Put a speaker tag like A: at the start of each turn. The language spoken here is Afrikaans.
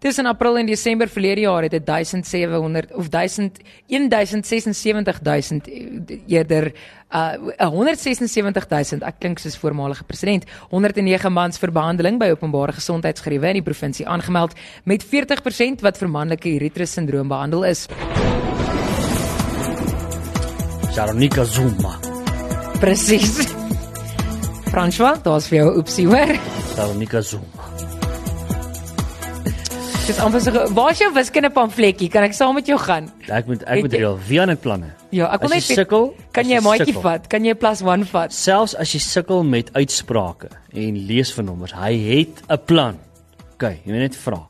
A: Tussen April en Desember verlede jaar het dit 1700 of 1000 1076000 eh, eerder uh 176000 ek klink soos voormalige president 109 mans vir behandeling by openbare gesondheidsgeriewe in die provinsie aangemeld met 40% wat vir manlike uretrus sindroom behandel is.
B: Sharonika Zuma.
A: Presies. François, daar's vir jou 'n opsie hoor.
B: Sharonika Zuma.
A: Dis amper so ge- Waar is jou wiskunde pamfletjie? Kan ek saam met jou gaan?
B: Ek moet
A: Het
B: ek moet
A: jy-
B: reël. Wie aan het planne?
A: Ja, ek wil
B: As
A: net
B: jy sukkel,
A: Kan
B: as
A: jy 'n maatjie
B: sukkel,
A: vat? Kan jy 'n plus 1 vat?
B: Selfs as jy sukkel met uitsprake en lees van nommers, hy het 'n plan. OK, jy moet net vra.